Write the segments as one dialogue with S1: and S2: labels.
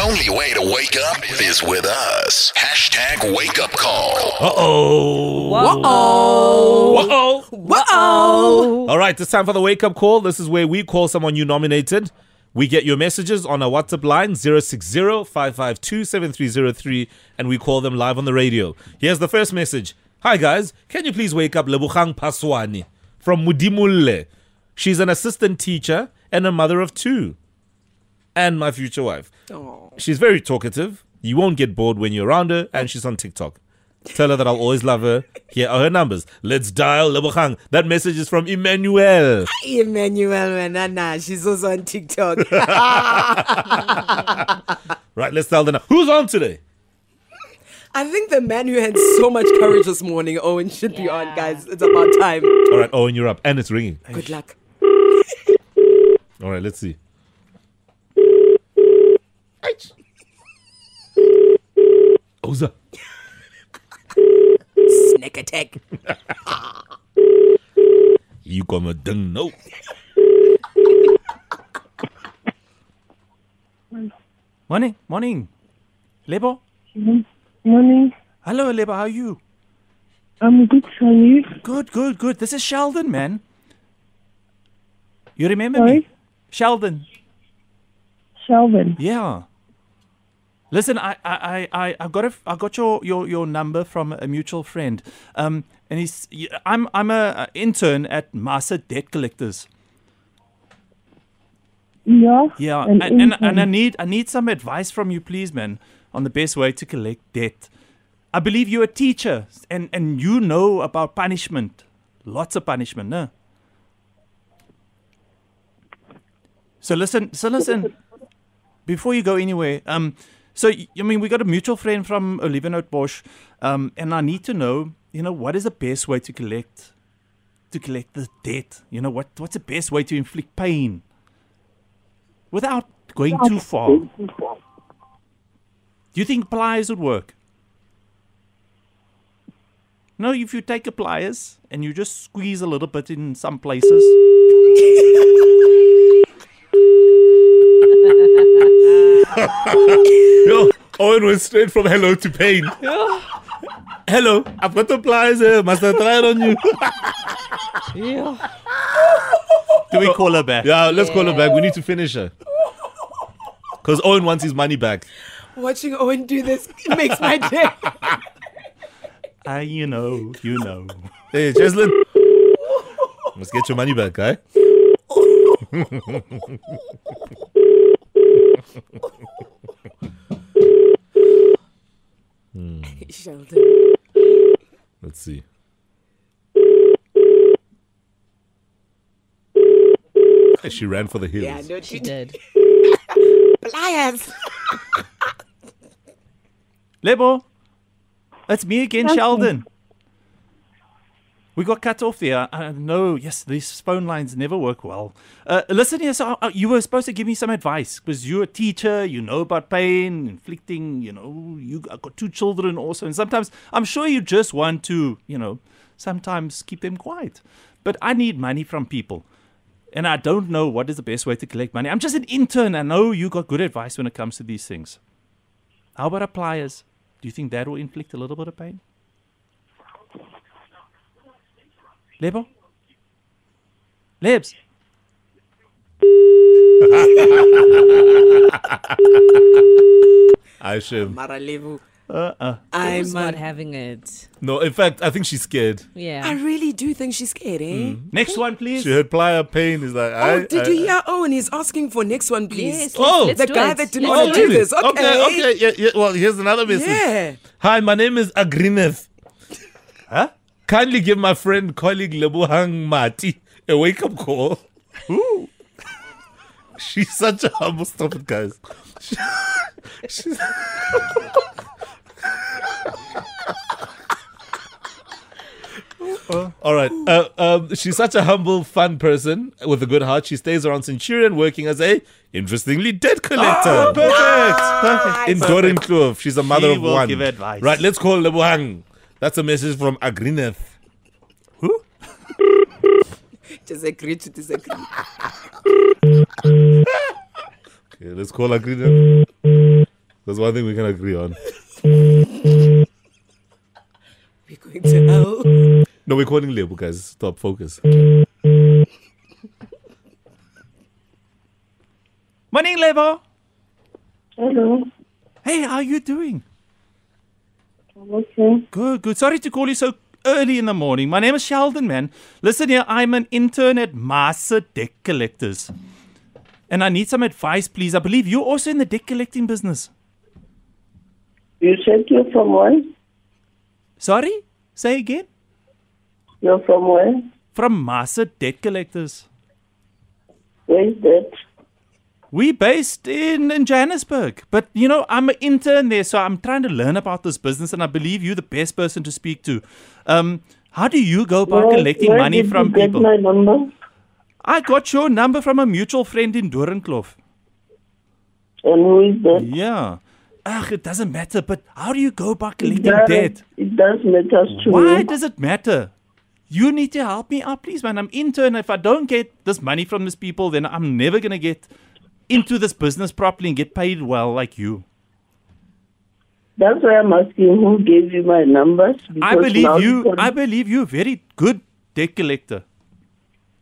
S1: only way to wake up is with us. Hashtag wake up call.
S2: Uh oh.
S3: Whoa.
S2: Uh oh.
S3: Whoa.
S2: All right, it's time for the wake up call. This is where we call someone you nominated. We get your messages on our WhatsApp line 060-552-7303 and we call them live on the radio. Here's the first message. Hi guys, can you please wake up Lebukhang Paswani from Mudimulle? She's an assistant teacher and a mother of two. And my future wife. She's very talkative. You won't get bored when you're around her, and she's on TikTok. Tell her that I'll always love her. Here are her numbers. Let's dial Lebohang. That message is from Emmanuel.
S3: Emmanuel Manana, she's also on TikTok.
S2: Right, let's dial the number. Who's on today?
S3: I think the man who had so much courage this morning, Owen, should be on, guys. It's about time.
S2: All right, Owen, you're up. And it's ringing.
S3: Good luck.
S2: All right, let's see. Oza.
S3: Snack attack.
S2: You got my dung no.
S4: Morning, morning. Lebo?
S5: Morning.
S4: Hello, Lebo, how are you?
S5: I'm good, how are you?
S4: Good, good, good. This is Sheldon, man. You remember me?
S5: Sorry?
S4: Sheldon.
S5: Sheldon.
S4: Yeah. Listen, I I I I- I got a, I got your, your your number from a mutual friend. Um, and he's y- I'm I'm a, a intern at Master Debt Collectors.
S5: Yeah.
S4: Yeah, and
S5: An
S4: and,
S5: intern.
S4: and I need I need some advice from you, please, man, on the best way to collect debt. I believe you're a teacher, and and you know about punishment, lots of punishment, no? So listen, so listen. Before you go anywhere, um, so y- I mean, we got a mutual friend from Olivenote Bosch, um, and I need to know, you know, what is the best way to collect, to collect the debt? You know, what what's the best way to inflict pain? without going too far. Do you think pliers would work? No, if you take a pliers and you just squeeze a little bit in some places.
S2: Yo, Owen went straight from hello to pain. hello, I've got the pliers here. Must I try it on you?
S4: Do we call her back?
S2: Yeah, let's call her back. We need to finish her. Because Owen wants his money back.
S3: Watching Owen do this it makes my day.
S4: Ah, you know, you know.
S2: Hey, Cheslin. Let's get your money back, guy.
S3: Sheldon.
S2: Let's see. Hey, She ran for the hills.
S3: Yeah, no, she did. Pliers.
S4: Lebo, it's me again, Sheldon. We got cut off there. Uh, no, yes, these phone lines never work well. Uh, listen here, so uh, you were supposed to give me some advice because you're a teacher, you know about pain, inflicting, you know, you I've got two children also. And sometimes I'm sure you just want to, you know, sometimes keep them quiet. But I need money from people. And I don't know what is the best way to collect money. I'm just an intern. I know you got good advice when it comes to these things. How about a pliers? Do you think that will inflict a little bit of pain? Lebo? Lebs?
S2: I should.
S3: Maralevu.
S4: Uh-uh.
S3: I'm
S6: Who's not
S3: a,
S6: having it.
S2: No, in fact, I think she's scared.
S3: I
S6: Yeah.
S3: really do think she's scared, eh?
S4: Next one, please.
S2: She heard plier pain. Is like, I,
S3: Oh, did
S2: I,
S3: you hear Owen? He's asking for next one, please.
S6: Yes, let's,
S2: Oh,
S6: let's
S3: the
S6: do
S3: guy
S6: it.
S3: that didn't
S6: Let's
S2: Oh,
S3: want to
S6: do
S3: do
S2: really?
S3: this. Okay.
S2: okay, okay. Yeah, yeah. Well, here's another message.
S3: Yeah.
S2: Hi, my name is Agrineth.
S4: Huh?
S2: Kindly give my friend, colleague Lebuhang Mati a wake up call. She's such a humble. Stop it, guys. She's. All right. Uh, um, she's such a humble, fun person with a good heart. She stays around Centurion working as a, interestingly, debt collector.
S4: Oh, Perfect.
S2: In Dorin Kloof. She's a mother
S4: She
S2: of
S4: will
S2: one.
S4: give advice.
S2: Right, let's call Lebuhang. That's a message from Agrineth.
S4: Who?
S3: Disagree to disagree.
S2: Okay, let's call Agrineth. That's one thing we can agree on.
S3: We're going to hell.
S2: No, we're calling Lebu, guys. Stop, focus.
S4: Morning, Lebo.
S5: Hello.
S4: Hey, how you doing?
S5: I'm okay.
S4: Good, good. Sorry to call you so early in the morning. My name is Sheldon, man. Listen here, I'm an intern at Master Deck Collectors. And I need some advice, please. I believe you're also in the deck collecting business.
S5: You said you're from where?
S4: Sorry? Say again?
S5: You're from where?
S4: From Master Debt Collectors.
S5: Where's that?
S4: We based in, in Johannesburg. But you know, I'm an intern there, so I'm trying to learn about this business and I believe you're the best person to speak to. Um, how do you go about
S5: Where-
S4: collecting
S5: where
S4: money
S5: did you
S4: from
S5: get
S4: people?
S5: my number?
S4: I got your number from a mutual friend in Dorenklof.
S5: And who is that?
S4: Yeah. Ugh, it doesn't matter, but how do you go about collecting
S5: Does-
S4: debt?
S5: It does matter to
S4: Why
S5: me.
S4: does it matter? You need to help me out, please, man. I'm intern. If I don't get this money from these people, then I'm never gonna get into this business properly and get paid well like you.
S5: That's why I'm asking who gave you my numbers.
S4: I
S5: because now
S4: believe you. I
S5: can-
S4: believe you're a very good debt collector.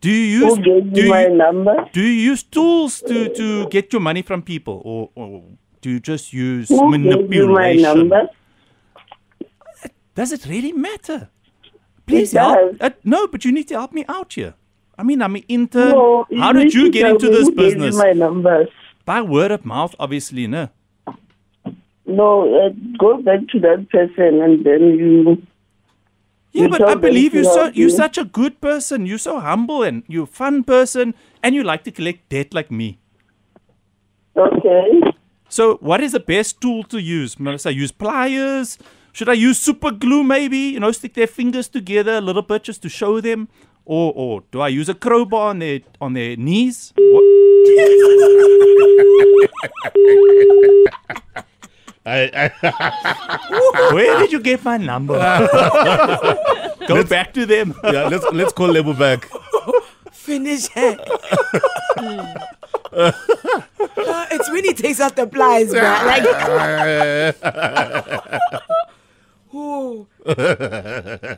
S4: Do you
S5: who
S4: use
S5: gave
S4: do
S5: you my
S4: you,
S5: number?
S4: do you use tools to, to get your money from people, or, or do you just use
S5: Who gave you my
S4: manipulation?
S5: number?
S4: Does it really matter? Please
S5: It
S4: help. Uh,
S5: does.
S4: no, but you need to help me out here. I mean, I'm an intern.
S5: No,
S4: Uh, How did
S5: need
S4: you
S5: to
S4: get
S5: tell
S4: into
S5: me
S4: this
S5: who gave you
S4: business?
S5: my numbers.
S4: By word of mouth, obviously, no.
S5: No, uh, go back to that person and then you.
S4: Yeah,
S5: You
S4: but
S5: told
S4: I
S5: them
S4: believe
S5: to
S4: you're so
S5: help
S4: you're
S5: you.
S4: such a good person. You're so humble and you're a fun person, and you like to collect debt like me.
S5: Okay.
S4: So, what is the best tool to use? Must I use pliers? Should I use super glue? Maybe you know, stick their fingers together a little bit just to show them, or or do I use a crowbar on their on their knees? What? Where did you get my number? Go back to them.
S2: yeah, let's let's call Lebu back.
S3: Finish her. Uh, it's when he takes out the pliers, bro. Like, ooh.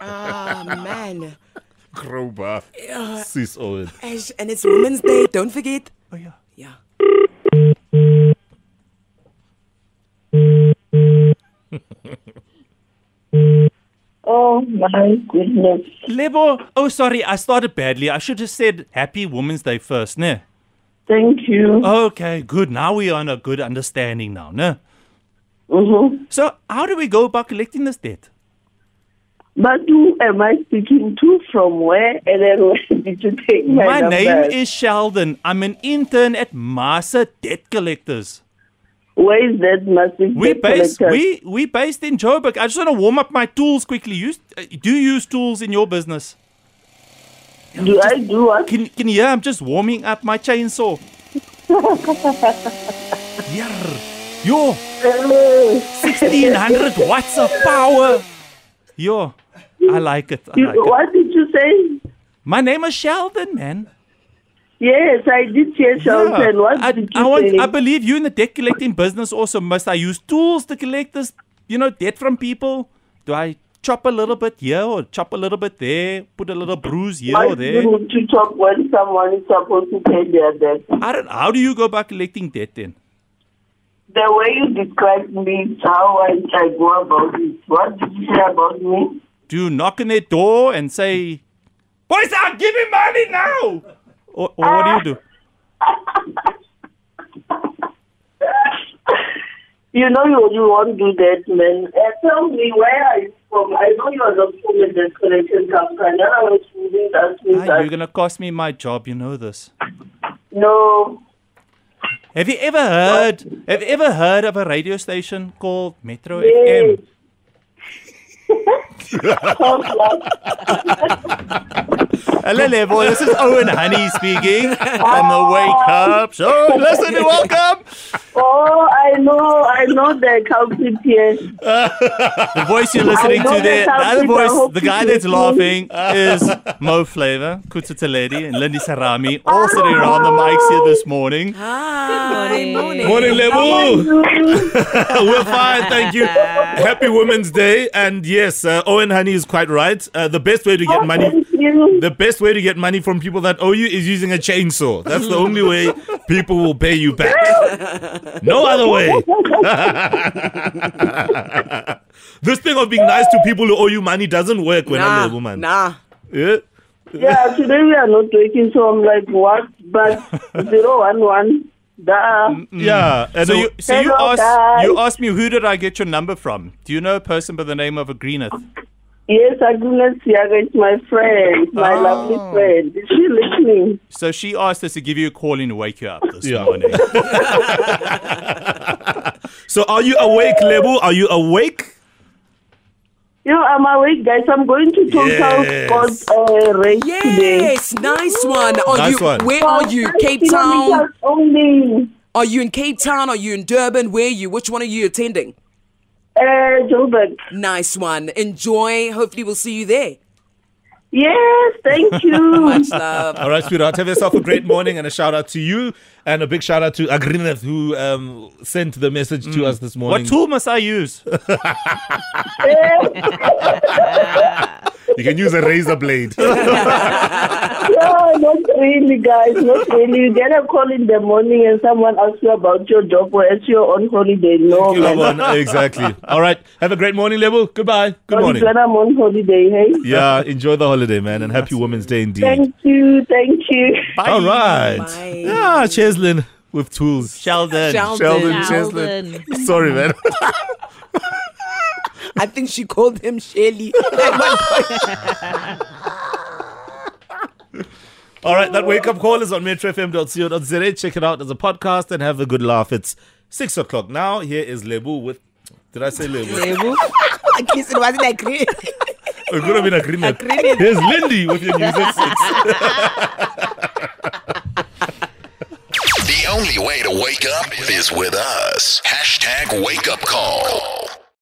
S3: Ah, man.
S2: Crowbar. Sis Owen.
S3: Ash, And it's Women's Day, don't forget.
S4: Oh, yeah.
S3: Yeah.
S5: Oh my goodness.
S4: Lebo, oh sorry, I started badly. I should have said Happy Women's Day first, ne?
S5: Thank you.
S4: Okay, good. Now we are on a good understanding now, ne?
S5: hmm
S4: So how do we go about collecting this debt?
S5: But who am I speaking to? From where? And then where did you take my,
S4: My
S5: numbers?
S4: name is Sheldon. I'm an intern at Massa Debt Collectors.
S5: Where is that massive
S4: We
S5: debt
S4: based
S5: collector?
S4: we we based in Joburg. I just want to warm up my tools quickly. Use uh, do you use tools in your business?
S5: Do I do what?
S4: Can can you hear? I'm just warming up my chainsaw. Yarr. Yo,
S5: Uh,
S4: 1600 watts of power. Yo, I like it. I
S5: you-
S4: like it.
S5: what did you say?
S4: My name is Sheldon, man.
S5: Yes, I did hear Shelton.
S4: Yeah.
S5: What
S4: I,
S5: did you
S4: I, want,
S5: say?
S4: I believe you in the debt collecting business also. Must I use tools to collect this, you know, debt from people? Do I chop a little bit here or chop a little bit there? Put a little bruise here
S5: Why
S4: or
S5: do
S4: there?
S5: you need to talk when someone is supposed to pay their debt?
S4: I don't, how do you go about collecting debt then?
S5: The way you described me is how I, I go about it. What did you say about me?
S4: Do you knock on their door and say, Boys, I'll give me money now? Or, or what do you do?
S5: Ah, You know you, you won't do that, man. Uh, tell me, where are you from? I know you're not from a destination company. I was reading that.
S4: Ah,
S5: with
S4: you're
S5: that.
S4: going to cost me my job, you know this.
S5: No.
S4: Have you ever heard? Have you ever heard of a radio station called Metro
S5: Yes.
S4: FM?
S5: Talk loud.
S4: Hello, there, boy. This is Owen Honey speaking from the Wake Up Show. Listen, and welcome.
S5: Oh, I know, I I know the culprit here.
S4: The voice you're listening
S5: I know
S4: to there,
S5: that
S4: the
S5: sounds
S4: other
S5: good. I
S4: voice,
S5: hope
S4: the
S5: you
S4: guy
S5: can
S4: that's
S5: hear
S4: laughing is Mo Flavor, Kutsuteledi, and Lindy Sarami,
S2: Oh,
S4: all sitting around the mics here this morning.
S3: Hi.
S6: morning.
S2: Morning, Lebu.
S5: Ooh.
S2: We're fine, thank you. Happy Women's Day. And yes, uh, Owen Honey is quite right. Uh, the best way to get money.
S5: Thank you.
S2: The best way to get money from people that owe you is using a chainsaw. That's the only way people will pay you back. No other way. this thing of being nice to people who owe you money doesn't work when I'm a
S3: Nah,
S2: woman.
S3: nah.
S2: Yeah?
S5: yeah, today we are not working, so I'm like, what? But 011, duh.
S2: Mm, Yeah. And
S4: Mm. So
S2: so
S4: you, so you
S5: Hello,
S4: asked,
S5: guys.
S4: you asked me who did I get your number from? Do you know a person by the name of Agreeneth?
S5: Yes, Agnes Siaga is my friend, my
S4: Oh.
S5: lovely friend. Is she listening?
S4: So she asked us to give you a call and wake you up this
S2: Yeah.
S4: morning.
S2: so are you awake, Lebu? Are you awake?
S5: Yo, I'm awake, guys. I'm going to talk
S2: Yes.
S5: out about uh, race today.
S3: Yes, nice one. Are
S2: Nice
S3: you,
S2: one.
S3: Where are you?
S5: Five
S3: Cape Town?
S5: kilometers Only.
S3: Are you in Cape Town? Are you in Durban? Where are you? Which one are you attending?
S5: Uh, Joburg.
S3: Nice one. Enjoy. Hopefully, we'll see you there.
S5: Yes, thank you.
S3: Much love.
S2: All right, sweetheart. Have yourself a great morning and a shout out to you and a big shout out to Agrineth who um, sent the message to us this morning.
S4: what tool must I use?
S2: You can use a razor blade.
S5: no, not really, guys. Not really. You get a call in the morning and someone asks you about your job or as you're on holiday. No,
S2: You know
S5: man.
S2: what? Exactly. All right. Have a great morning, Lebu. Goodbye. Good
S5: Only
S2: morning.
S5: when I'm on holiday, hey?
S2: Yeah, enjoy the holiday, man, and happy Women's Day indeed.
S5: Thank you, thank you.
S4: Bye.
S2: All right.
S3: Bye.
S2: Yeah, Cheslin with tools.
S4: Sheldon.
S3: Sheldon.
S2: Sheldon,
S6: Sheldon.
S2: Cheslin. Sorry, man.
S3: I think she called him Shelly.
S2: All right, that wake up call is on metrofm.co.za. Check it out as a podcast and have a good laugh. It's six o'clock now. Here is Lebu with. Did I say Lebu?
S3: At least it wasn't like great.
S2: It could have been agreement.
S6: Agreement.
S2: Here's Lindy with your news at six.
S1: The only way to wake up is with us. Hashtag wake up call.